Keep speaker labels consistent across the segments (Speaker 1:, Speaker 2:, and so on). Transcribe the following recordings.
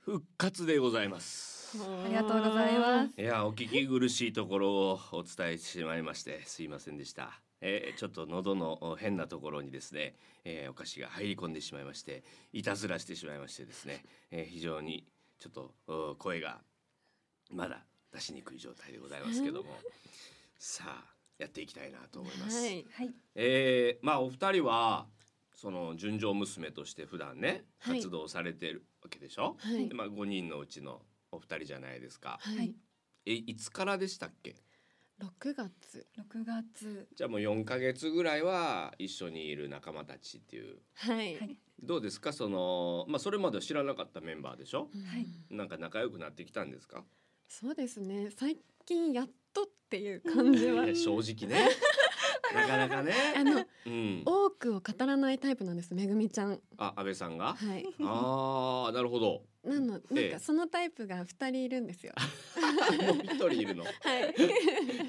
Speaker 1: 復活でございます
Speaker 2: ありがとうございます
Speaker 1: いやお聞き苦しいところをお伝えしてしまいましてすいませんでした、えーちょっと喉の変なところにですね、えーお菓子が入り込んでしまいましていたずらしてしまいましてですね、えー非常にちょっとお声がまだ出しにくい状態でございますけどもさあやっていきたいなと思います、
Speaker 3: はい。
Speaker 2: はい
Speaker 1: えーまあお二人はその純情娘として普段ね
Speaker 3: はい
Speaker 1: 活動されてるわけでしょ、
Speaker 3: はい
Speaker 1: で。まあ5人のうちのお二人じゃないですか
Speaker 3: はい。
Speaker 1: えいつからでしたっけ
Speaker 3: 六月。
Speaker 2: 6月
Speaker 1: じゃあもう4ヶ月ぐらいは一緒にいる仲間たちっていう
Speaker 3: はい。
Speaker 2: はい
Speaker 1: どうですかそのまあそれまでは知らなかったメンバーでしょ
Speaker 3: うん
Speaker 2: はい
Speaker 1: なんか仲良くなってきたんですか
Speaker 3: そうですね。最近やっとっていう感じ
Speaker 1: い
Speaker 3: は。
Speaker 1: や正直 ねなかなかね
Speaker 3: あの
Speaker 1: うん
Speaker 3: 多くを語らないタイプなんです。めぐみちゃん。
Speaker 1: あ安倍さんが
Speaker 3: はい。
Speaker 1: あーなる ほど
Speaker 3: なの、な
Speaker 1: え
Speaker 3: ん
Speaker 1: え
Speaker 3: かそのタイプが二人いるんですよ。
Speaker 1: もう一人いる の
Speaker 3: はい。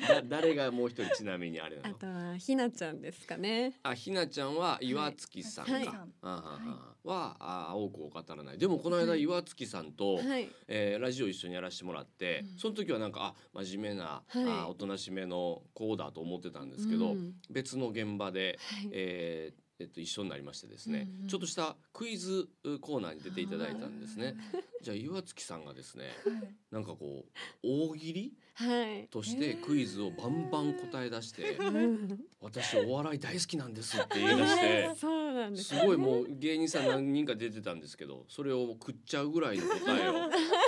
Speaker 1: だ誰がもう一人ちなみにあれな
Speaker 3: あ
Speaker 1: の
Speaker 3: とはひなちゃんですかね。
Speaker 1: あひなちゃんは岩月さんか、は
Speaker 3: はいい
Speaker 1: ははあ青く語らないでもこの間
Speaker 3: はい
Speaker 1: 岩月さんと、
Speaker 3: はい。
Speaker 1: えーラジオ一緒にやらせてもらって、
Speaker 3: うん
Speaker 1: その時はなんかあ真面目な、
Speaker 3: はい
Speaker 1: あおとなしめの子だと思ってたんですけど、
Speaker 3: うん
Speaker 1: 別の現場で、
Speaker 3: はい。
Speaker 1: えーえっと、一緒になりましてですね、
Speaker 3: うんうん
Speaker 1: ちょっとしたクイズコーナーに出ていただいたんですね。じゃあ岩月さんがですね
Speaker 2: はい
Speaker 1: なんかこう大喜利
Speaker 3: はい。
Speaker 1: としてクイズをバンバン答え出して。
Speaker 3: うん
Speaker 1: 私お笑い大好きなんですって言い出して
Speaker 3: はいそうなんです
Speaker 1: す
Speaker 3: よ。
Speaker 1: ごいもう芸人さん何人か出てたんですけどそれを食っちゃうぐらいの答えを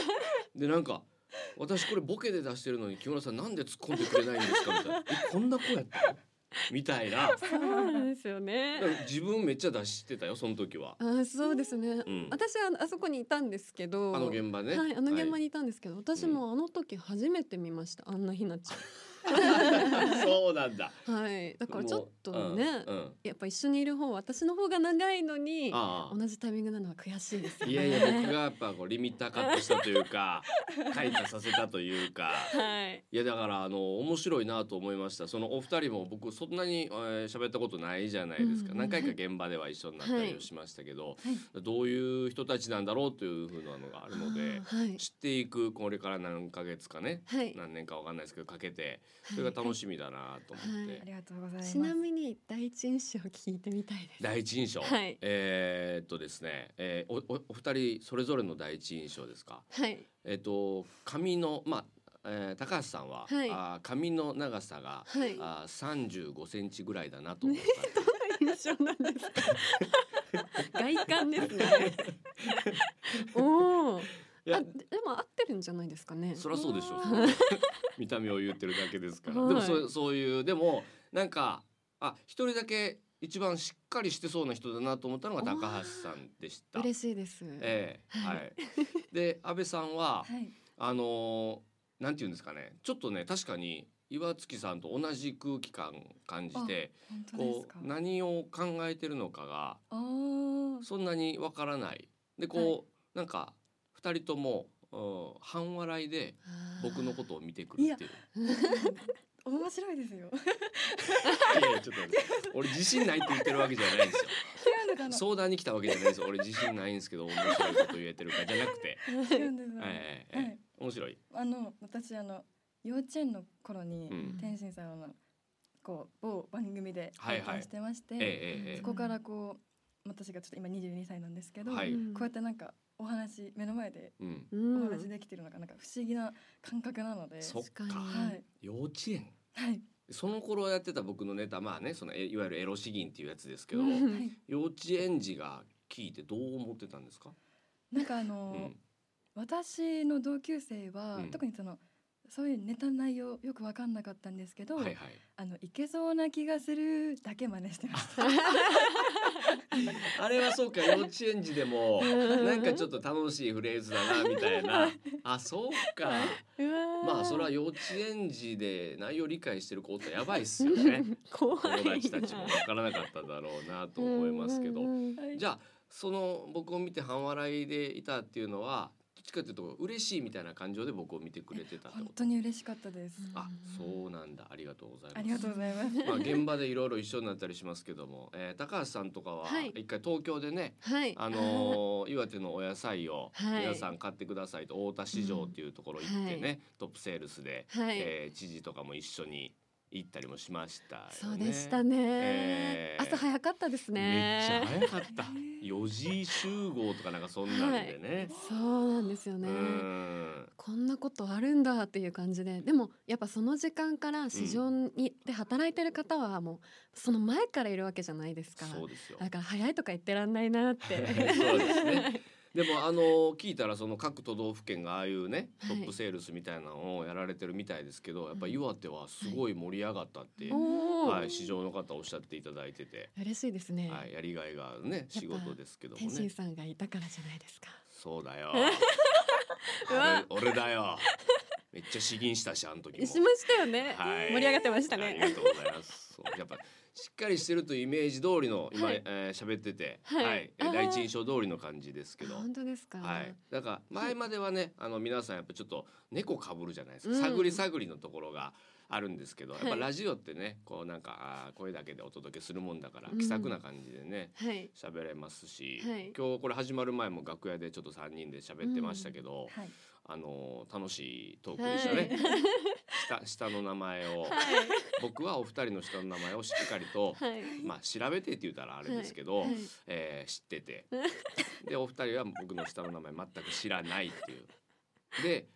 Speaker 1: でなんか私これボケで出してるのに木村さんなんで突っ込んでくれないんですかみたいなえこんな子やったのみたいなだか
Speaker 3: そうなんですよね。
Speaker 1: ら自分めっちゃ出してたよその時は
Speaker 3: あそうですね、
Speaker 1: うん
Speaker 3: 私はあそこにいたんですけど
Speaker 1: あの現場ね
Speaker 3: はいあの現場
Speaker 1: に
Speaker 3: にいたんですけど、私もあの時初めて見ました、あんなひなち
Speaker 1: そうなんだ
Speaker 3: ゃんはいだからちょっとね、
Speaker 1: もううんうん
Speaker 3: やっぱ一緒にいる方私の方が長いのに
Speaker 1: ああ
Speaker 3: 同じタイミングなのは悔しいですよね
Speaker 1: いやいや僕がやっぱこうリミッターカットしたというか開花させたというか
Speaker 3: はい
Speaker 1: いやだからあの面白いなと思いましたそのお二人も僕そんなにえー喋、ったことないじゃないですか、
Speaker 3: うん
Speaker 1: 何回か現場では一緒になったりをしましたけど、どういう人たちなんだろうというふうなのがあるので
Speaker 3: あーはい
Speaker 1: 知っていくこれから何ヶ月かね
Speaker 3: はい
Speaker 1: 何年かわかんないですけどかけてそれが楽しみだなと思って、
Speaker 3: はい
Speaker 2: ありがとうございます
Speaker 3: ちなみに第一印象聞いてみたいです
Speaker 1: 第一印象、
Speaker 3: はい
Speaker 1: えーっとですね、えーおおお二人それぞれの第一印象ですか
Speaker 3: はい
Speaker 1: えーっと髪のまあ、えー高橋さんは、
Speaker 3: はい
Speaker 1: あー髪の長さが
Speaker 3: はい
Speaker 1: あ三十五センチぐらいだなと思っ
Speaker 3: 印象なんです か外観ですねおお
Speaker 1: た。いや
Speaker 3: あ、でも合ってるんじゃないですかね
Speaker 1: そりゃそうでしょう。見た目を言ってるだけですから。
Speaker 3: はい
Speaker 1: でもそうそういうでもなんかあ一人だけ一番しっかりしてそうな人だなと思ったのが高橋さんでした。
Speaker 3: 嬉しいです、
Speaker 1: ええはい。で安倍さんは、
Speaker 2: はい
Speaker 1: あのーなんて言うんですかね。ちょっとね確かに岩月さんと同じ空気感感じて、
Speaker 2: 本当で
Speaker 1: こ
Speaker 2: すか
Speaker 1: う何を考えてるのかが
Speaker 2: あー
Speaker 1: そんなにわからない。でこう、なんか二人とも、うん、半笑いで
Speaker 3: あー
Speaker 1: 僕の ことを見てくるっていう。
Speaker 2: 面白いですよ
Speaker 1: いやいやちょっと待って俺自信ないって言ってるわけじゃないんですよ。
Speaker 2: 違うのかな
Speaker 1: 相談に来たわけじゃないんですよ。俺自信ないんですけど面白いこと言えてるかじゃなくて、
Speaker 2: 違うんですよ
Speaker 1: ええええ
Speaker 2: はい
Speaker 1: 面白い。
Speaker 2: あの私あの幼稚園の頃に、
Speaker 1: うん
Speaker 2: 天心さんのこう某番組で
Speaker 1: はいはい
Speaker 2: 拝見してまして、
Speaker 1: えええええ
Speaker 2: そこからこう私がちょっと今22歳なんですけど、
Speaker 1: はい
Speaker 3: うん
Speaker 2: こうやってなんかお話目の前で
Speaker 1: えうん。
Speaker 3: う
Speaker 2: お
Speaker 3: ん
Speaker 2: 話できてるのがなんか不思議な感覚なので、
Speaker 1: そっか
Speaker 3: 確かに
Speaker 2: はい
Speaker 1: 幼稚園。
Speaker 2: はい
Speaker 1: その頃やってた僕のネタまあねそのえいわゆるエロ詩吟っていうやつですけど、
Speaker 3: うん
Speaker 2: はい
Speaker 1: 幼稚園児が聞いてどう思ってたんですか？
Speaker 2: なんかあ
Speaker 1: う
Speaker 2: の、
Speaker 1: ん。
Speaker 2: 私の同級生は、
Speaker 1: うん
Speaker 2: 特にそのそういうネタの内容よく分かんなかったんですけど、
Speaker 1: はいはい。
Speaker 2: あのいけそうな気がするだけ真似してました。
Speaker 1: あれはそうか幼稚園児でも
Speaker 3: うん
Speaker 1: なんかちょっと楽しいフレーズだなみたいな。あそうか。
Speaker 3: うわー
Speaker 1: まあそれは幼稚園児で内容理解してる子ってやばいっすよね
Speaker 3: 怖いな
Speaker 1: 友達たちもわからなかっただろうなと思いますけど
Speaker 3: うんうんうん
Speaker 1: じゃあその僕を見て半笑いでいたっていうのはちかというと嬉しいみたいな感情で僕を見てくれてたって
Speaker 2: 本
Speaker 1: こと
Speaker 2: 当に嬉しかったです。
Speaker 1: あそうなんだありがとうございます
Speaker 2: ありがとうございます。
Speaker 1: まあ、現場でいろいろ一緒になったりしますけども、えー、高橋さんとかは
Speaker 3: はい
Speaker 1: 一回東京でね、
Speaker 3: はい。
Speaker 1: あのー岩手のお野菜を
Speaker 3: はい
Speaker 1: 皆さん買ってくださいと太田市場っていうところ行ってね、
Speaker 3: うんは
Speaker 1: トップセールスで、
Speaker 3: はい、
Speaker 1: えー知事とかも一緒に行ったりもしましたよね。
Speaker 3: そうでしたね、
Speaker 1: えー
Speaker 3: 朝早かったです
Speaker 1: めっちゃ
Speaker 3: ね。
Speaker 1: 早かっ た
Speaker 2: ねえ
Speaker 1: 4時集合とかなんかそんなんでね。
Speaker 3: そうなんですよね。
Speaker 1: うん
Speaker 3: こんなことあるんだっていう感じででもやっぱその時間から市場に、で働いてる方はもうその前からいるわけじゃないですか
Speaker 1: そうですよ
Speaker 3: だから早いとか言ってらんないなって
Speaker 1: そうですねでもあの聞いたらその各都道府県がああいうね
Speaker 3: はい
Speaker 1: トップセールスみたいなのをやられてるみたいですけどやっぱ岩手はすごい盛り上がったって、
Speaker 2: は
Speaker 3: おお、
Speaker 1: はい、市場の方おっしゃっていただいてて、
Speaker 3: 嬉しいですね、
Speaker 1: はい、やりがいがあるね仕事ですけど
Speaker 3: 天
Speaker 1: も
Speaker 3: 心
Speaker 1: ね
Speaker 3: さんがいたからじゃないですか
Speaker 1: そうだよ
Speaker 3: うわ
Speaker 1: 俺俺だよめっちゃ詩吟したしあの時も
Speaker 3: しましたよね、
Speaker 1: はい
Speaker 3: 盛り上がってました
Speaker 1: あり
Speaker 3: ね
Speaker 1: がとうございます。そうやっぱしっかりしてるというイメージ通りの今、
Speaker 3: はい
Speaker 1: えー喋ってて、
Speaker 3: はい
Speaker 1: え
Speaker 3: あー
Speaker 1: 第一印象通りの感じですけど。
Speaker 3: 本当ですか、
Speaker 1: はい、だから前まではね、あの皆さんやっぱちょっと猫かぶるじゃないですか、
Speaker 3: うん
Speaker 1: 探り探りのところがあるんですけどやっぱ
Speaker 3: はい
Speaker 1: ラジオってねこうなんかあー声だけでお届けするもんだから
Speaker 3: うん
Speaker 1: 気さくな感じでね
Speaker 3: はい
Speaker 1: 喋れますし、
Speaker 3: はい
Speaker 1: 今日これ始まる前も楽屋でちょっと3人で喋ってましたけど、
Speaker 2: はい。
Speaker 1: あのー楽しいトークでしたね、下下の名前を、僕はお二人の下の名前をしっかりと、
Speaker 3: はい、はい
Speaker 1: まあ調べてって言ったらあれですけど、
Speaker 3: はい
Speaker 1: えー知っててでお二人は僕の下の名前全く知らないっていうで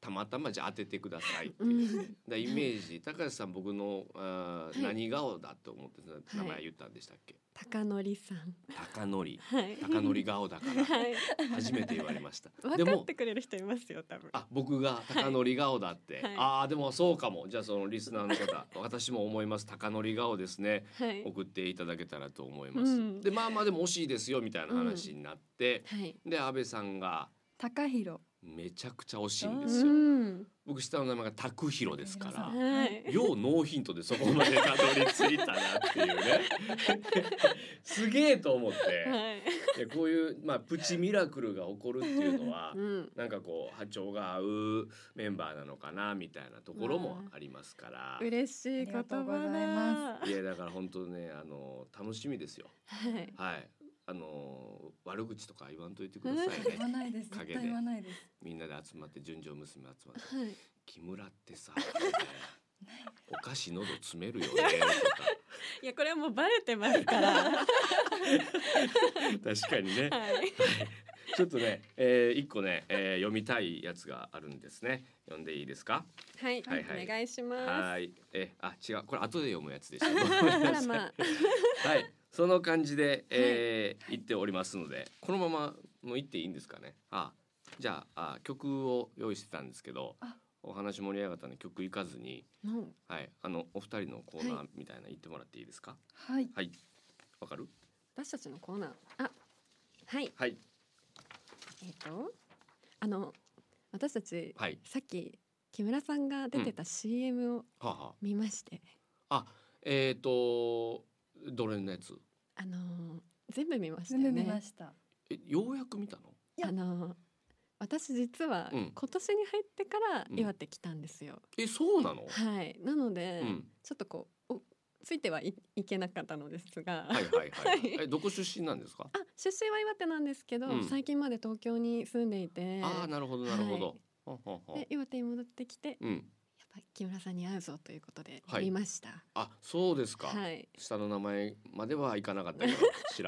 Speaker 1: たまたまじゃあ当ててくださいって
Speaker 3: う
Speaker 1: いう。
Speaker 3: ん、
Speaker 1: だからイメージ高橋さん僕のあー
Speaker 3: はい
Speaker 1: 何顔だと思って名前言ったんでしたっけ、
Speaker 3: 高典さん
Speaker 1: 高典
Speaker 3: はい
Speaker 1: 高典顔だから
Speaker 3: はい
Speaker 1: 初めて言われま したで
Speaker 3: 分かっ
Speaker 1: も
Speaker 3: てくれる人いますよ多分
Speaker 1: あ僕が高典顔だって、
Speaker 3: はい
Speaker 1: ああでもそうかもじゃあそのリスナーの方 私も思います高典顔ですね
Speaker 3: はい
Speaker 1: 送っていただけたらと思います。
Speaker 3: うん
Speaker 1: でまあまあでも惜しいですよみたいな話になって、
Speaker 3: はい
Speaker 1: で安倍さんが
Speaker 2: 高弘。
Speaker 1: めちゃくちゃ惜しいん
Speaker 3: う
Speaker 1: ですよ。
Speaker 3: ん
Speaker 1: 僕下の名前が拓弘ですか
Speaker 2: あ
Speaker 1: ら。
Speaker 3: はい
Speaker 1: ようノーヒントでそこまでたどり着いたなっていう ねすげえと思って、
Speaker 3: はい
Speaker 1: いやこういう、まあ、プチミラクルが起こるっていうのは
Speaker 3: うん
Speaker 1: なんかこう波長が合うメンバーなのかなみたいなところもありますから、
Speaker 3: 嬉しい言葉だ
Speaker 2: ありがとうございま
Speaker 1: いやだから本当ねあの楽しみですよ。
Speaker 3: はい
Speaker 1: はい、あのー悪口とか言わんといてください
Speaker 2: 言わ
Speaker 1: ね。
Speaker 2: ないです。絶
Speaker 1: 陰
Speaker 2: 対
Speaker 1: で
Speaker 2: 言わないです。
Speaker 1: みんなで集まって純情娘集まって
Speaker 3: はい
Speaker 1: 木村ってさ、 みたいなお菓子喉詰めるよねと
Speaker 3: いやこれはもうバレてますからは
Speaker 1: か。 確かにね。
Speaker 3: い
Speaker 1: ちょっとね、えー、一個ね、えー、読みたいやつがあるんですね。読んでいいですか？
Speaker 3: はい
Speaker 1: はいはい
Speaker 3: お願いしま
Speaker 1: はーい。え、あ、違う。これ後で読むやつ でした。
Speaker 3: すあらまあ
Speaker 1: はい。その感じで、えー、言っておりますので、このままもう言っていいんですかね。あ、じゃああ曲を用意してたんですけど
Speaker 2: あ、
Speaker 1: お話盛り上がったんで曲行かずに。
Speaker 3: も
Speaker 1: はい、あのお二人のコーナーみたいなの言ってもらっていいですか。
Speaker 2: はい。
Speaker 1: はい、わかる。
Speaker 3: 私たちのコーナーあはい
Speaker 1: はい、
Speaker 3: えっとあの私たち
Speaker 1: はい、
Speaker 3: さっき木村さんが出てた CM を
Speaker 1: はあは
Speaker 3: 見まして
Speaker 1: あ。あ、えっ、と、どれのやつ。
Speaker 3: あの全部見ました
Speaker 2: 全
Speaker 3: よ
Speaker 2: 部見
Speaker 3: ね
Speaker 2: ました。
Speaker 1: え、ようやく見たの。
Speaker 3: あの私実は
Speaker 1: うん
Speaker 3: 今年に入ってから
Speaker 1: うん
Speaker 3: 岩手来たんですよ、
Speaker 1: え、そうなの。
Speaker 3: はいなので、
Speaker 1: うん、
Speaker 3: ちょっとこうおついてはい、いけなかったのですが、
Speaker 1: はい、はい、は
Speaker 3: はい
Speaker 1: い。え、どこ出身なんですか。
Speaker 3: あ出身は岩手なんですけど、
Speaker 1: うん
Speaker 3: 最近まで東京に住んでいて
Speaker 1: ああ、なるほど、なるほど。はんはんはん
Speaker 3: で岩手に戻ってきてやっ
Speaker 1: うん、
Speaker 3: ぱ木村さんに会うぞということで
Speaker 1: はい
Speaker 3: 見ました。
Speaker 1: あ、そうですか。
Speaker 3: はい、
Speaker 1: 下の名前まではいかなかったけど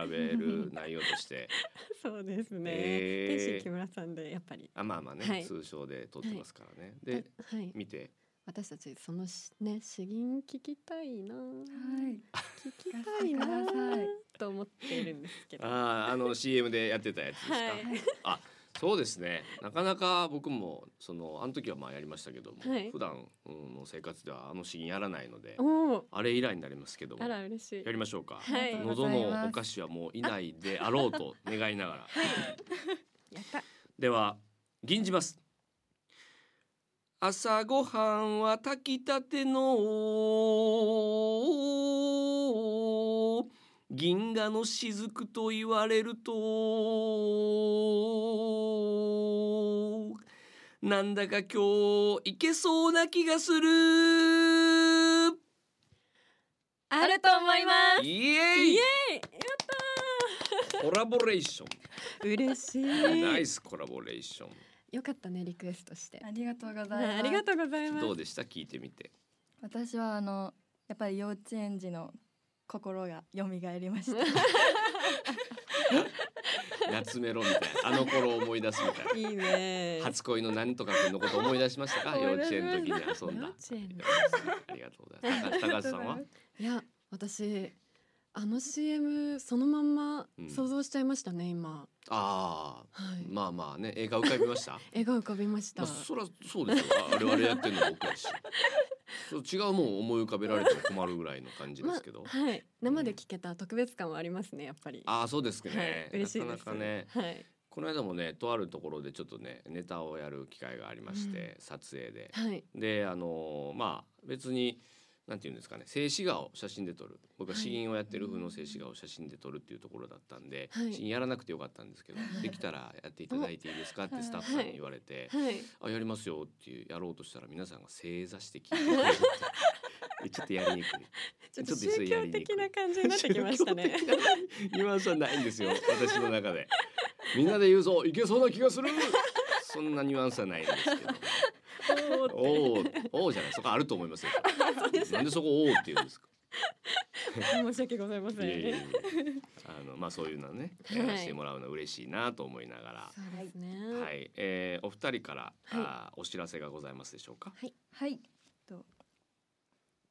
Speaker 1: 調べる内容と して
Speaker 3: そうですね。
Speaker 1: へー
Speaker 3: 天心木村さんでやっぱり。
Speaker 1: あまあまあね、
Speaker 3: はい
Speaker 1: 通称で撮ってますからね、で
Speaker 3: あはい、
Speaker 1: 見て
Speaker 3: 私たちそのしね詩吟聞きたいな、
Speaker 2: はい。
Speaker 3: 聞きたいな
Speaker 2: 聞かせてください
Speaker 3: と思っているんですけど。
Speaker 1: あああの CM でやってたやつですか、
Speaker 3: はい
Speaker 1: そうですねなかなか僕もそのあの時はまあやりましたけども、
Speaker 3: はい
Speaker 1: 普段うんの生活ではあのシーンやらないので
Speaker 3: おお、
Speaker 1: あれ以来になりますけども
Speaker 3: あ
Speaker 1: や
Speaker 3: ら嬉しい。
Speaker 1: りましょうか、
Speaker 3: はいありがとうご
Speaker 1: 喉のお菓子はもういないであろうと願いながら
Speaker 3: やった。
Speaker 1: では吟じます朝ごはんは炊きたての銀河の雫と言われるとなんだか今日いけそうな気がする
Speaker 3: あると思いま
Speaker 1: イエーイ
Speaker 3: イエ
Speaker 1: コラボレーショ
Speaker 3: す嬉し
Speaker 1: ン ナイ
Speaker 3: い
Speaker 1: スコラボレーション
Speaker 3: よかったねリクエストして
Speaker 2: ありがとうございます。
Speaker 3: ありがとうございます
Speaker 1: どうでした聞いてみて
Speaker 2: 私はあのやっぱり幼稚園児の心が蘇りました。
Speaker 1: 夏メロみたいなあの頃を思い出すみたい
Speaker 3: いいね
Speaker 1: な初恋のなんとか君のこと思い出しましたか幼
Speaker 3: 思い
Speaker 1: 稚園
Speaker 3: 出しま
Speaker 1: の時に
Speaker 3: した
Speaker 1: 遊んだ
Speaker 3: 幼稚園ね
Speaker 1: ありがとうございます高高橋さんは
Speaker 3: いや私あの CM そのまんま
Speaker 1: うん
Speaker 3: 想像しちゃいましたね、今
Speaker 1: ああ
Speaker 3: はい、
Speaker 1: まあまあね映画浮かびました
Speaker 3: 絵が浮かびました、
Speaker 1: まあ、そりゃそうですよああれあれやってるのも僕やしそう違うもん思い浮かべられても困るぐらいの感じです けど、
Speaker 3: まあはい生で聞けた特別感はありますねやっぱり
Speaker 1: ああそうです
Speaker 3: は
Speaker 1: ね、
Speaker 3: い嬉しいで
Speaker 1: な
Speaker 3: す
Speaker 1: かなかね
Speaker 3: はい
Speaker 1: この間もねとあるところでちょっとねネタをやる機会がありまして、撮影で
Speaker 3: はい
Speaker 1: であのーまあ別になんていうんですかね静止画を写真で撮る僕は
Speaker 3: はい
Speaker 1: 詩吟をやってる風の静止画を写真で撮るっていうところだったんで、
Speaker 3: はい
Speaker 1: 詩吟やらなくてよかったんです けど、できたらやっていただいていいですかってスタッフさんに言われ て、
Speaker 3: はい
Speaker 1: あやりますよっていうやろうとしたら皆さんが正座して聞い てくれるっていうちょっとやりにくい
Speaker 3: ちょっ
Speaker 1: ちょっと
Speaker 3: と宗
Speaker 1: や
Speaker 3: 教
Speaker 1: りにくい
Speaker 3: 的な感じになってき ましたね
Speaker 1: ニュアンスはないんですよ私の中でみんなで言うぞいけそうな気がするそんなニュアンスはないんですけどおおおおじゃないそこあると思いますよなんでそこおおって言うんですか
Speaker 3: 申し訳ございません
Speaker 1: いやいやいやあのまあそういうのね
Speaker 3: はい
Speaker 1: やらせてもらうの嬉しいなと思いながら
Speaker 3: そうですね
Speaker 1: はい、えー、お二人から、あーお知らせがございますでしょうか
Speaker 2: はい。と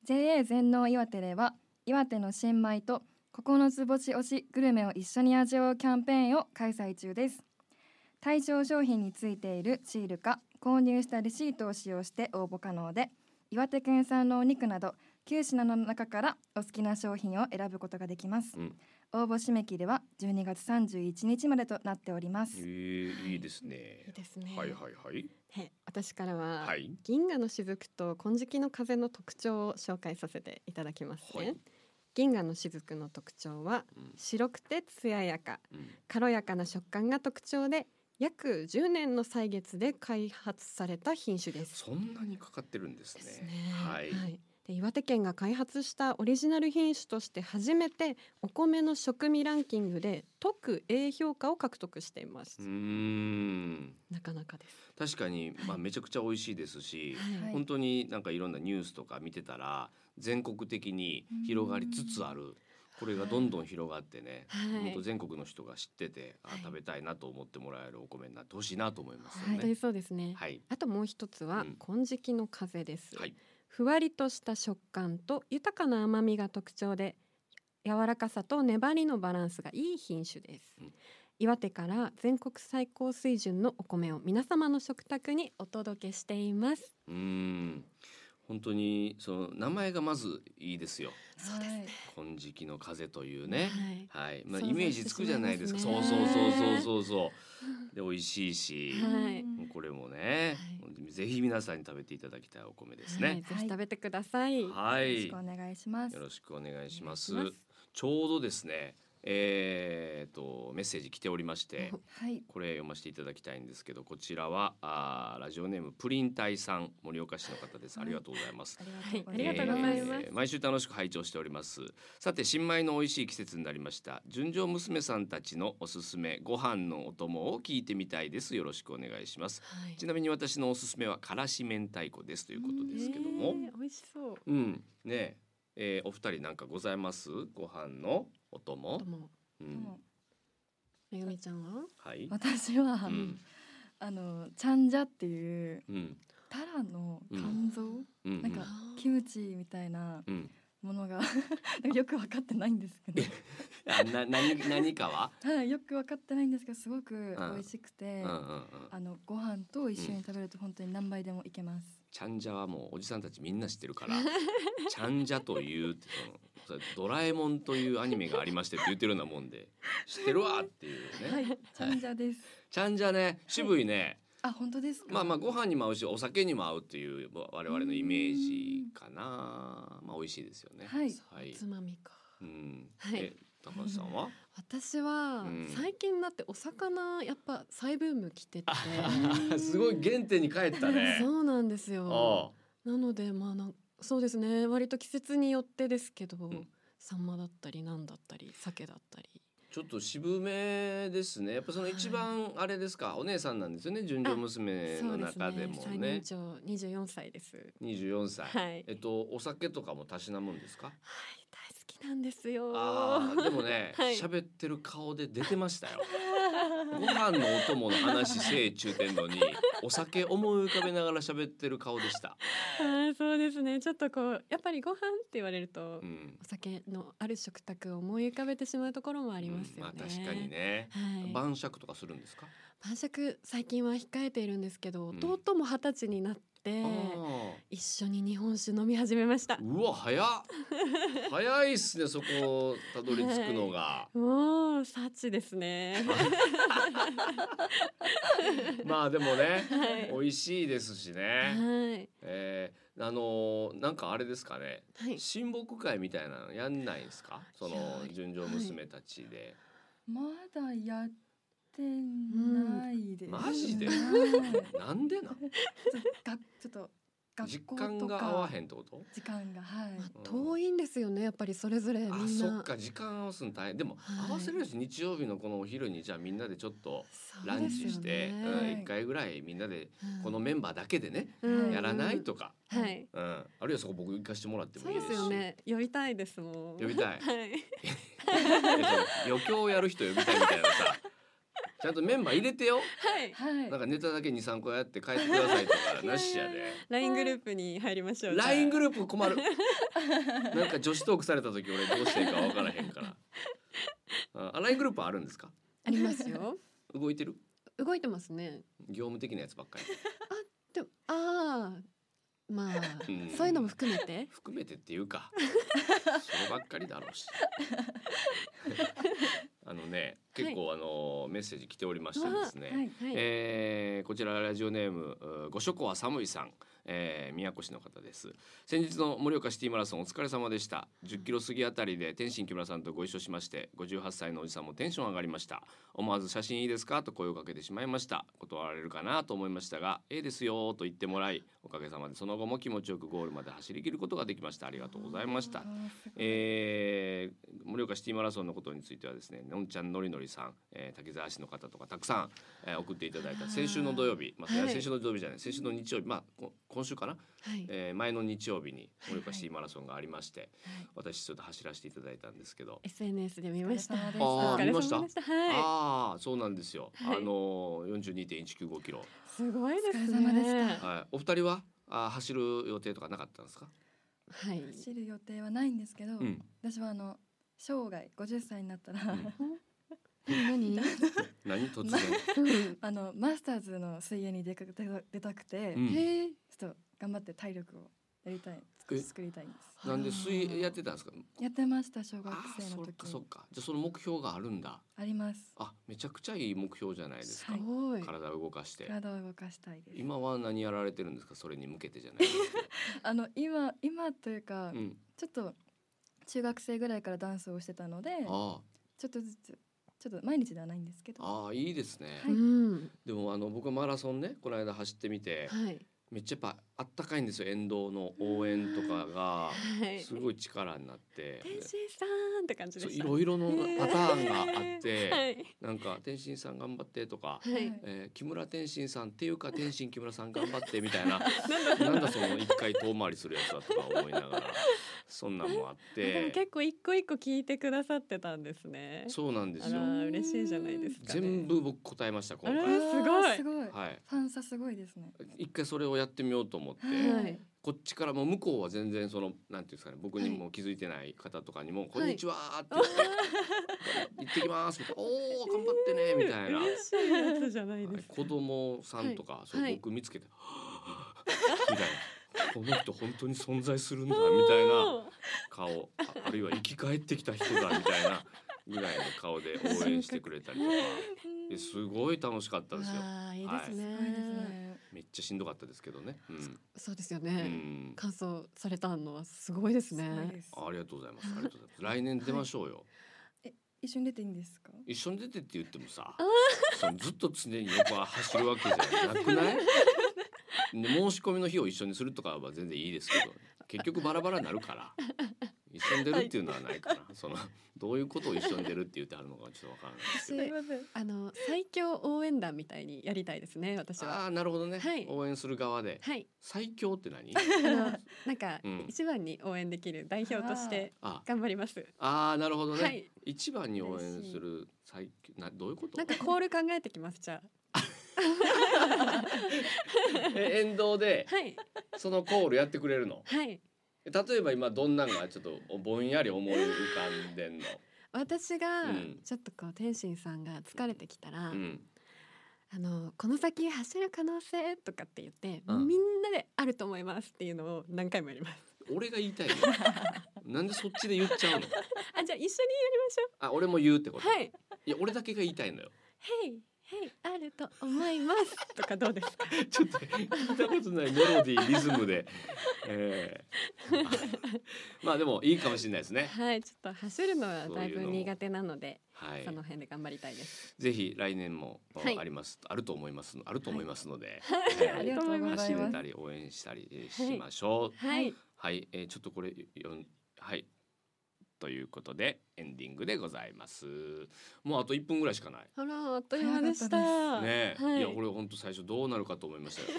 Speaker 2: JA 全農岩手では岩手の新米と9つ星推しグルメを一緒に味わうキャンペーンを開催中です。対象商品についているシールか購入したレシートを使用して応募可能で岩手県産のお肉など9品の中からお好きな商品を選ぶことができます、
Speaker 1: うん
Speaker 2: 応募締め切りは12月31日までとなっておりま
Speaker 1: え
Speaker 2: す、
Speaker 1: ー、いいですね
Speaker 3: いいですね
Speaker 1: はいはいはい
Speaker 3: はい私からは、
Speaker 1: はい
Speaker 3: 銀河の雫と金色の風の特徴を紹介させていただきますね、
Speaker 1: はい
Speaker 3: 銀河の雫の特徴は
Speaker 1: うん
Speaker 3: 白くて艶やか
Speaker 1: うん
Speaker 3: 軽やかな食感が特徴で約10年の歳月で開発された品種です。
Speaker 1: そんなにかかってるんですね。
Speaker 3: ですね
Speaker 1: はい。
Speaker 3: で岩手県が開発したオリジナル品種として初めてお米の食味ランキングで特 A 評価を獲得しています
Speaker 1: うー。ん。
Speaker 3: なかなかです。
Speaker 1: 確かに、まあ、めちゃくちゃ美味しいですし。
Speaker 2: はい
Speaker 1: 本当になんかいろんなニュースとか見てたら、全国的に広がりつつある。これがどんどん広がってね。
Speaker 3: はい
Speaker 1: 本当全国の人が知ってて、あ
Speaker 3: はい
Speaker 1: 食べたいなと思ってもらえるお米になってほしいなと思いますよ
Speaker 3: 本当
Speaker 1: ね。
Speaker 3: にそうですね。
Speaker 1: はい。
Speaker 3: あともう一つは
Speaker 1: うん
Speaker 3: 金色の風です。
Speaker 1: はい。
Speaker 3: ふわりとした食感と豊かな甘みが特徴で柔らかさと粘りのバランスがいい品種です、
Speaker 1: うん
Speaker 3: 岩手から全国最高水準のお米を皆様の食卓にお届けしています
Speaker 1: うーん。本当に、その名前がまずいいですよ。
Speaker 3: そうですね
Speaker 1: 金色の風というね。
Speaker 3: はい
Speaker 1: はい、まあ、
Speaker 3: 想像
Speaker 1: イメージつくじゃないですか。
Speaker 3: してし
Speaker 1: そ
Speaker 3: ま
Speaker 1: う
Speaker 3: い
Speaker 1: そう
Speaker 3: ます
Speaker 1: そう
Speaker 3: ね
Speaker 1: そうそうそう。で、美味しいし、
Speaker 3: はい
Speaker 2: うん
Speaker 1: これもね、ぜひ皆さんに食べていただきたいお米です
Speaker 3: はい
Speaker 1: ね。
Speaker 3: ぜひ食べてください、
Speaker 1: は
Speaker 2: よろ
Speaker 1: い、
Speaker 2: しくお願いします
Speaker 1: よろしくお願いします。
Speaker 3: お願いしま
Speaker 1: ちょうどですね、えー、とメッセージ来ておりまして。
Speaker 2: はい
Speaker 1: これ読ませていただきたいんですけど、こちらはあーラジオネームプリンタイさん盛岡市の方です。ありがとうございます。
Speaker 2: あ
Speaker 3: りがとうございます
Speaker 1: えー毎週楽しく拝聴しておりますさて新米の美味しい季節になりました純情娘さんたちのおすすめご飯のお供を聞いてみたいですよろしくお願いします
Speaker 3: はい
Speaker 1: ちなみに私のおすすめはからし明太子ですということですけども
Speaker 3: ねえ美味しそう
Speaker 1: うんねええーお二人なんかございますご飯のお供
Speaker 3: とも
Speaker 1: うん
Speaker 3: めぐみちゃんは
Speaker 1: はい
Speaker 2: 私は、
Speaker 1: うん
Speaker 2: あのチャンジャっていう
Speaker 1: うん
Speaker 2: タラの肝臓、
Speaker 1: うんうん
Speaker 2: なんかキムチみたいな
Speaker 1: うん
Speaker 2: ものが なんかよく分かってないんですけど、
Speaker 1: あな何 何かは、
Speaker 2: はい、よく分かってないんですけどすごく美味しく
Speaker 1: う
Speaker 2: て、
Speaker 1: んうんうん
Speaker 2: あのご飯と一緒に食べると本当に何杯でもいけます。
Speaker 1: ちゃんじゃはもうおじさんたちみんな知ってる からちゃんじゃというってそのそれドラえもんというアニメがありましてって言ってるようなもんで知ってるわっていうね、
Speaker 2: はい、チャンジャです。
Speaker 1: ちゃんじゃね渋いね、
Speaker 2: あ、本当ですか。
Speaker 1: まあまあご飯にも合うしお酒にも合うっていう我々のイメージかなまあ美味しいですよね
Speaker 2: はい
Speaker 1: はい
Speaker 3: つまみか
Speaker 1: うん、
Speaker 3: はい
Speaker 1: え高橋さんは
Speaker 3: 私は
Speaker 1: うん
Speaker 3: 最近だってお魚やっぱ再ブーム来て て、
Speaker 1: すごい原点に帰ったね
Speaker 3: そうなんです
Speaker 1: あ
Speaker 3: よ
Speaker 1: あ
Speaker 3: なのでまあなんそうですね割と季節によってですけど、
Speaker 1: ん
Speaker 3: サンマだったりなんだったり鮭だったり
Speaker 1: ちょっと渋めですねやっぱその一番あれですか、お姉さんなんですよね純情娘
Speaker 3: そ
Speaker 1: の
Speaker 3: うです
Speaker 1: 中で
Speaker 3: ね
Speaker 1: も
Speaker 3: 最
Speaker 1: ね
Speaker 3: 年長二十四歳です
Speaker 1: 24歳、
Speaker 3: はい
Speaker 1: えっとお酒とかもたしなむんですか
Speaker 3: はい大好きなんですよ
Speaker 1: あーでもね
Speaker 3: はい
Speaker 1: 喋、ってる顔で出てましたよご飯のお供の話せい中てんのにお酒思い浮かべながら喋ってる顔でした、
Speaker 3: はい そうですねちょっとこうやっぱりご飯って言われると、
Speaker 1: うん
Speaker 3: お酒のある食卓を思い浮かべてしまうところもありますよね、
Speaker 1: うんまあ、確かにね、
Speaker 3: はい晩
Speaker 1: 晩酌とかするんですか、
Speaker 3: 酌最近は控えているんですけど、
Speaker 1: うん
Speaker 3: 弟も二十歳になって一緒に日本酒飲み始めました
Speaker 1: あーうわ早 っ早いっすねそこたどり着くのが、
Speaker 3: もうサチですね
Speaker 1: まあでもね、
Speaker 3: はい
Speaker 1: 美味しいですし
Speaker 3: はい
Speaker 1: ね、えーあのーなんかあれですかね
Speaker 3: はい
Speaker 1: 親睦会みたいなのやんないんですかそ
Speaker 3: いや
Speaker 1: の
Speaker 3: ー
Speaker 1: 純情娘たちで、
Speaker 2: まだやってないです、
Speaker 1: マジで
Speaker 2: はい
Speaker 1: なんでなん
Speaker 2: がちょっと
Speaker 1: 実
Speaker 2: 学校とか
Speaker 1: 感が合わへんってこと
Speaker 2: 時間がはい
Speaker 3: まあ遠いんですよねやっぱりそれぞれみんな
Speaker 1: あそっか時間合わすの大変でも、
Speaker 3: はい
Speaker 1: 合わせれるし日曜日のこのお昼にじゃあみんなでちょっと
Speaker 3: そう
Speaker 1: ランチして、
Speaker 3: です
Speaker 1: う
Speaker 3: よ
Speaker 1: ん、
Speaker 3: ね
Speaker 1: 1回ぐらいみんなで
Speaker 3: うん
Speaker 1: このメンバーだけでね、
Speaker 3: うん
Speaker 1: やらないとか、
Speaker 3: はい
Speaker 1: うんあるいはそこ僕行かしてもらって
Speaker 3: そ
Speaker 1: も
Speaker 3: う
Speaker 1: いい
Speaker 3: で
Speaker 1: です
Speaker 3: す
Speaker 1: し
Speaker 3: よね呼びたいですもん
Speaker 1: 呼びたい
Speaker 3: はい
Speaker 1: いやその余興をやる人呼びたいみたいなさちゃんとメンバー入れてよ
Speaker 3: はい
Speaker 2: はい
Speaker 1: なんかネタだけ23個やって帰ってくださいとかなしやで
Speaker 3: LINE グループに入りましょう
Speaker 1: LINE グ
Speaker 3: ル
Speaker 1: ループ困るなんか女子トークされた時俺どうしていいか分からへんからああ LINE グループあるんですか
Speaker 3: ありますよ
Speaker 1: 動いてる
Speaker 3: 動いてますね
Speaker 1: 業務的なやつばっかり
Speaker 3: でもああまあ
Speaker 1: うん
Speaker 3: そういうのも含めて
Speaker 1: 含めてっていうかそればっかりだろうしあのね結構あのメッセージ来ておりましたですね、
Speaker 2: はい
Speaker 3: はい
Speaker 1: えーこちらラジオネームうーご諸子は寒いさん、えー宮古市の方です先日の盛岡シティマラソンお疲れ様でした10キロ過ぎあたりで天心木村さんとご一緒しまして58歳のおじさんもテンション上がりました思わず写真いいですかと声をかけてしまいました断られるかなと思いましたがええですよと言ってもらいおかげさまでその後も気持ちよくゴールまで走り切ることができましたありがとうございました
Speaker 2: あーすごい
Speaker 1: えー盛岡シティマラソンのことについてはですねのんちゃんのりのりさん、えー竹澤市の方とかたくさん、えー送っていただいた
Speaker 3: あー
Speaker 1: 先週の土曜日、まあ、
Speaker 3: はい
Speaker 1: 先週の土曜日じゃない先週の日曜日、まあ、こ今週かな、
Speaker 3: はい
Speaker 1: えー前の日曜日に盛岡
Speaker 3: はい
Speaker 1: シティマラソンがありまして、
Speaker 3: はい
Speaker 1: 私ちょっと走らせていただいたんですけど、
Speaker 3: SNS で見ました
Speaker 2: お疲れ様で
Speaker 1: あー
Speaker 3: お疲
Speaker 1: 見
Speaker 3: れ様
Speaker 1: ま
Speaker 3: で
Speaker 1: し
Speaker 3: したたは
Speaker 1: ああそうなんですよ、
Speaker 3: はい
Speaker 1: あのー、42.195キロ、
Speaker 3: いすごいです
Speaker 2: お疲れ様で
Speaker 3: ね
Speaker 2: し
Speaker 1: はい、お二人はあー走る予定とかなかったんですか、
Speaker 3: はい
Speaker 2: 走る予定はないんですけど、
Speaker 1: うん、
Speaker 2: 私はあの生涯50歳になったら、
Speaker 1: ん
Speaker 3: 何
Speaker 1: 何突 然、
Speaker 3: うん
Speaker 2: あのマスターズの水泳に出か出た出たくて、
Speaker 1: うん
Speaker 3: へえ
Speaker 2: ちょっと頑張って体力をやりたい
Speaker 1: え
Speaker 2: 作りたいんで
Speaker 1: なんで水泳やってたんですか
Speaker 2: すやってました小学
Speaker 1: ああ
Speaker 2: 生
Speaker 1: そ
Speaker 2: の
Speaker 1: っ
Speaker 2: 時
Speaker 1: かそっかじゃあその目標があるんだ
Speaker 2: あります
Speaker 1: あめちゃくちゃいい目標じゃないです
Speaker 3: す
Speaker 1: か、
Speaker 3: ごい
Speaker 1: 体を動かして
Speaker 2: 体を動かしたいです
Speaker 1: 今は何やられてるんですかそれに向けてじゃないですけ
Speaker 2: あの今今という か、
Speaker 1: ど、うん、
Speaker 2: ちょっと中学生ぐらいからダンスをしてたので
Speaker 1: あ
Speaker 2: ちょっとずつちょっと毎日ではないんですけど
Speaker 1: あああいいですね、
Speaker 3: う
Speaker 2: はい
Speaker 3: ん
Speaker 1: でもあの僕はマラソンねこの間走ってみて、
Speaker 3: はい
Speaker 1: めっちゃやっぱあったかいんですよ沿道の応援とかが
Speaker 3: はい
Speaker 1: すごい力になって、
Speaker 3: 天心さんって感じ
Speaker 1: そ
Speaker 3: で
Speaker 1: うい
Speaker 3: した
Speaker 1: ろいろのパターンがあって、
Speaker 3: はい
Speaker 1: なんか天心さん頑張ってとか、
Speaker 3: はい
Speaker 1: えー木村天心さんっていうか天心木村さん頑張ってみたいななんだその一回遠回りするやつだとか思いながらそんなんもあっ
Speaker 3: でも
Speaker 1: て
Speaker 3: 結構一個一個聞いてくださってたんですね。
Speaker 1: そうなんです
Speaker 3: あ
Speaker 1: よ
Speaker 3: らー嬉しいじゃないですか、ね。
Speaker 1: 全部僕答えました今
Speaker 3: あ
Speaker 2: あ
Speaker 3: ら
Speaker 1: 回
Speaker 2: ー
Speaker 3: すごい
Speaker 2: すごい、
Speaker 1: はい
Speaker 2: ファン差すごいですね
Speaker 1: 一回それをやってみようと思って
Speaker 3: はい
Speaker 1: こっちからもう向こうは全然そのなんていうんですかね僕にも気づいてない方とかにも「こんにちは」って言って「行ってきます」みたいな「おー頑張ってね」みたいな。
Speaker 3: 嬉しいやつじゃない
Speaker 1: は
Speaker 3: で
Speaker 1: い
Speaker 3: すか。
Speaker 1: 子供さんとか、そう
Speaker 3: はい
Speaker 1: 僕見つけて、 みたいな。この人本当に存在するんだみたいな顔ああるいは生き返ってきた人だみたいなぐらいの顔で応援してくれたりとか
Speaker 2: うん
Speaker 1: ですごい楽しかったですよ
Speaker 3: あいいですね,、
Speaker 2: すごいですね
Speaker 1: めっちゃしんどかったですけどね、うん
Speaker 3: そうですよ
Speaker 1: う
Speaker 3: ね。
Speaker 1: ん、
Speaker 3: 感想されたのはすごいです
Speaker 2: すごい
Speaker 3: ね
Speaker 2: で。す
Speaker 1: ありがとうございますありがとうございます来年出ましょうよ、
Speaker 2: え一緒に出ていいんですか
Speaker 1: 一緒に出てって言ってもさそのずっと常に横は走るわけじゃなくないで申し込みの日を一緒にするとかは全然いいですけど結局バラバラになる から一緒に出るっていうのはないかな、そのどういうことを一緒に出るって言ってあるのかちょっとわからないですけ
Speaker 3: すいま
Speaker 2: せん
Speaker 3: あの最強応援団みたいにやりたいですね私
Speaker 1: どあ
Speaker 3: は。
Speaker 1: あなるほどね、
Speaker 3: はい
Speaker 1: 応援する側で
Speaker 3: はい、
Speaker 1: 最強って 何
Speaker 3: あのなんか
Speaker 1: うん
Speaker 3: 一番に応援できる代表として
Speaker 1: あ
Speaker 3: 頑張ります。
Speaker 1: あーなるほどね、
Speaker 3: はい
Speaker 1: 一番に応援する最強などういうこと
Speaker 3: なんかコール考えてきますじゃ
Speaker 1: え沿道で
Speaker 3: あ。はい
Speaker 1: そのコールやってくれるの
Speaker 3: はい。
Speaker 1: 例えば今どんなんがちょっとぼんやり思い浮かんでんの、
Speaker 3: 私が
Speaker 1: うん
Speaker 3: ちょっとこう天心さんが疲れてきたら、
Speaker 1: うん、
Speaker 3: あのこの先走る可能性とかって言って、
Speaker 1: うん
Speaker 3: みんなであると思いますっていうのを何回もや ります。
Speaker 1: 俺が言いたいのなんでそっちで言っちゃうの
Speaker 3: あじゃあ一緒にやりまし
Speaker 1: あ俺も言うって こと、
Speaker 3: ょう。はい。
Speaker 1: いや俺だけが言いたいのよ
Speaker 3: ヘイヘイあると思いますとかど うですか。
Speaker 1: ちょっと聞いたことないメロディーリズムで、え ーまあでもいいかもしれないですね
Speaker 3: はい、ちょっと走るのはだい
Speaker 1: そういう
Speaker 3: ぶ
Speaker 1: のも
Speaker 3: 苦手なので、
Speaker 1: はい
Speaker 3: その辺で頑張りたいです。
Speaker 1: ぜひ来年も、
Speaker 3: はい
Speaker 1: ありますあると思いますあると思いますので、
Speaker 2: あ
Speaker 1: え
Speaker 2: り
Speaker 1: ー
Speaker 2: がとうございます
Speaker 1: 走れたり応援したりえーしましょう
Speaker 3: はい、
Speaker 1: はい、えー、ちょっとこれよんはいということでエンディングでございますもうあと一分ぐらいしかない
Speaker 3: あら、あっという間でした。
Speaker 1: ねえ、、
Speaker 3: はいい、
Speaker 1: やこれ本当最初どうなるかと思いま したよ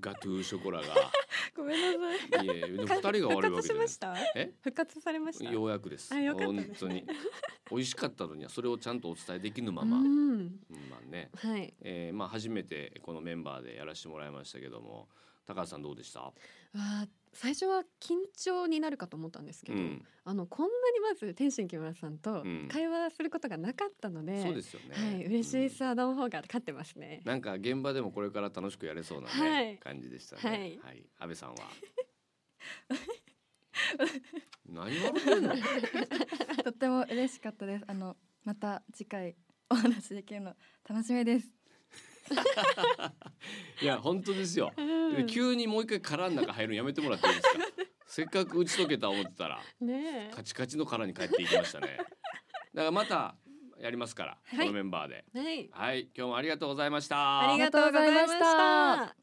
Speaker 1: ガトゥーショコラが
Speaker 2: ごめんなさい
Speaker 1: いやいやでも二人が悪いわけじゃ
Speaker 3: 復活しました。
Speaker 1: ない
Speaker 3: 復活されました。
Speaker 1: えようやくです
Speaker 3: あよかった
Speaker 1: 本
Speaker 3: です
Speaker 1: 当 に美味しかったのにはそれをちゃんとお伝えできぬま
Speaker 3: う
Speaker 1: ま、うん
Speaker 3: ん、
Speaker 1: まあね
Speaker 3: はい、
Speaker 1: えー、まあ初めてこのメンバーでやらせてもらいましたけども高橋さんどうでした、
Speaker 3: わあ最初は緊張になるかと思ったんですけ
Speaker 1: う
Speaker 3: ど、
Speaker 1: ん、
Speaker 3: あのこんなにまず天心木村さんと
Speaker 1: うん
Speaker 3: 会話することがなかったので、
Speaker 1: そうですよね、
Speaker 3: はい、嬉しいさ、の方が勝ってますね。
Speaker 1: なんか現場でもこれから楽しくやれそうな、ね
Speaker 3: はい
Speaker 1: 感じでしたね。は
Speaker 3: はいい、
Speaker 1: 安倍さんは。何笑ってんの。
Speaker 2: とっても嬉しかったですあのまた次回お話できるの楽しみです
Speaker 1: いや、本当ですよ。
Speaker 3: うん
Speaker 1: 急にもう一回殻の中入るのやめてもらっていいですか。せっかく打ち解けた思ってたら、
Speaker 3: ね
Speaker 1: カチカチの殻に帰っていきましたね。だから、またやりますから、
Speaker 3: はい
Speaker 1: このメンバーで。
Speaker 3: え、はい。
Speaker 1: はい、今日もありがとうございました。
Speaker 3: ありがとうございま
Speaker 2: ありがとうございま
Speaker 3: し
Speaker 2: した
Speaker 3: た。